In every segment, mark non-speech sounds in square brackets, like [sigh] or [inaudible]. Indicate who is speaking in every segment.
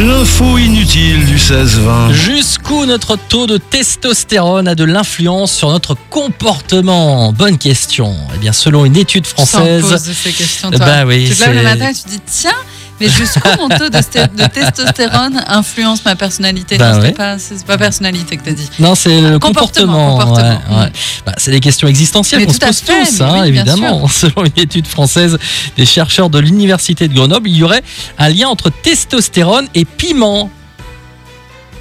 Speaker 1: L'info inutile du 16-20.
Speaker 2: Jusqu'où notre taux de testostérone a de l'influence sur notre comportement Bonne question. Eh bien, selon une étude
Speaker 3: Tu t'en
Speaker 2: française,
Speaker 3: poses de ces questions, toi.
Speaker 2: Bah oui,
Speaker 3: tu te lèves
Speaker 2: c'est-
Speaker 3: le matin et tu te dis tiens, mais jusqu'où mon taux de, sté- de testostérone influence ma personnalité
Speaker 2: Bah
Speaker 3: Non,
Speaker 2: ouais.
Speaker 3: c'était pas, c'est pas personnalité que t'as dit.
Speaker 2: non, c'est le comportement.
Speaker 3: comportement, comportement.
Speaker 2: ouais, ouais. Bah, c'est des questions existentielles
Speaker 3: Mais
Speaker 2: qu'on se
Speaker 3: tout à
Speaker 2: pose
Speaker 3: fait,
Speaker 2: tous,
Speaker 3: mais
Speaker 2: hein,
Speaker 3: oui, bien
Speaker 2: évidemment. [laughs] Selon une étude française des chercheurs de l'université de Grenoble, il y aurait un lien entre testostérone et piment.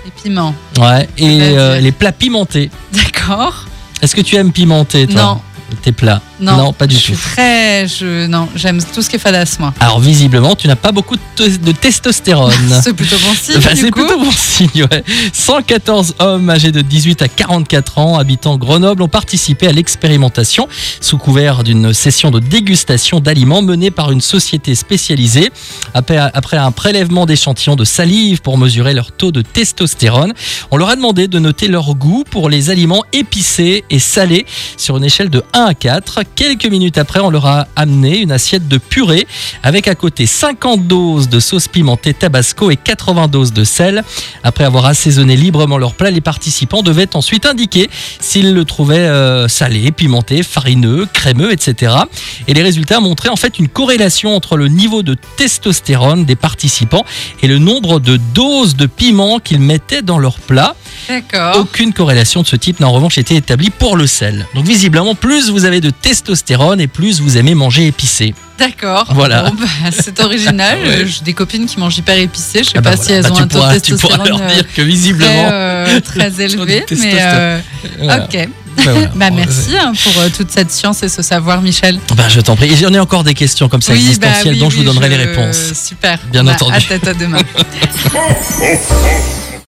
Speaker 3: Les piments.
Speaker 2: Ouais, et
Speaker 3: C'est-à-dire
Speaker 2: euh, les plats pimentés.
Speaker 3: D'accord.
Speaker 2: Est-ce que tu aimes pimenter, toi
Speaker 3: Non,
Speaker 2: Tes plats
Speaker 3: non.
Speaker 2: pas du
Speaker 3: je suis
Speaker 2: tout.
Speaker 3: très. Je, non, j'aime tout ce qui est fadasse, moi.
Speaker 2: Alors, visiblement, tu n'as pas beaucoup de, te- de
Speaker 3: [laughs]
Speaker 2: testostérone.
Speaker 3: C'est plutôt
Speaker 2: [laughs]
Speaker 3: bon signe,
Speaker 2: Bah,
Speaker 3: du
Speaker 2: c'est
Speaker 3: coup.
Speaker 2: plutôt bon signe, ouais. 114 hommes âgés de 18 à 44 ans, habitant Grenoble, ont participé à l'expérimentation sous couvert d'une session de dégustation d'aliments menée par une société spécialisée. Après, après un prélèvement d'échantillons de salive pour mesurer leur taux de testostérone, on leur a demandé de noter leur goût pour les aliments épicés et salés sur une échelle de 1 à 4. Quelques minutes après, on leur a amené une assiette de purée avec à côté 50 doses de sauce pimentée tabasco et 80 doses de sel. Après avoir assaisonné librement leur plat, les participants devaient ensuite indiquer s'ils le trouvaient euh, salé, pimenté, farineux, crémeux, etc. Et les résultats montraient en fait une corrélation entre le niveau de testostérone des participants et le nombre de doses de piment qu'ils mettaient dans leur plat.
Speaker 3: D'accord.
Speaker 2: Aucune corrélation de ce type n'a en revanche été établie pour le sel. Donc visiblement, plus vous avez de testostérone et plus vous aimez manger épicé.
Speaker 3: D'accord.
Speaker 2: Voilà.
Speaker 3: Bon, bah, c'est original.
Speaker 2: [laughs] Ouais.
Speaker 3: J'ai des copines qui mangent hyper épicé. Je sais
Speaker 2: Ah bah
Speaker 3: pas
Speaker 2: voilà.
Speaker 3: si elles
Speaker 2: Bah,
Speaker 3: ont
Speaker 2: tu
Speaker 3: un taux
Speaker 2: pourras-
Speaker 3: de
Speaker 2: Tu pourras
Speaker 3: testostérone
Speaker 2: leur
Speaker 3: euh,
Speaker 2: dire que
Speaker 3: très,
Speaker 2: visiblement. [laughs]
Speaker 3: euh, très élevé. Mais euh,
Speaker 2: Voilà.
Speaker 3: ok.
Speaker 2: Bah, voilà.
Speaker 3: Bah, merci hein, pour euh, toute cette science et ce savoir, Michel.
Speaker 2: Bah, je t'en prie. Et J'en ai encore des questions comme ça
Speaker 3: Oui, bah
Speaker 2: existentielles
Speaker 3: oui,
Speaker 2: dont je vous
Speaker 3: oui,
Speaker 2: donnerai les réponses.
Speaker 3: Super.
Speaker 2: Bien
Speaker 3: Bah,
Speaker 2: entendu.
Speaker 3: À tête à demain.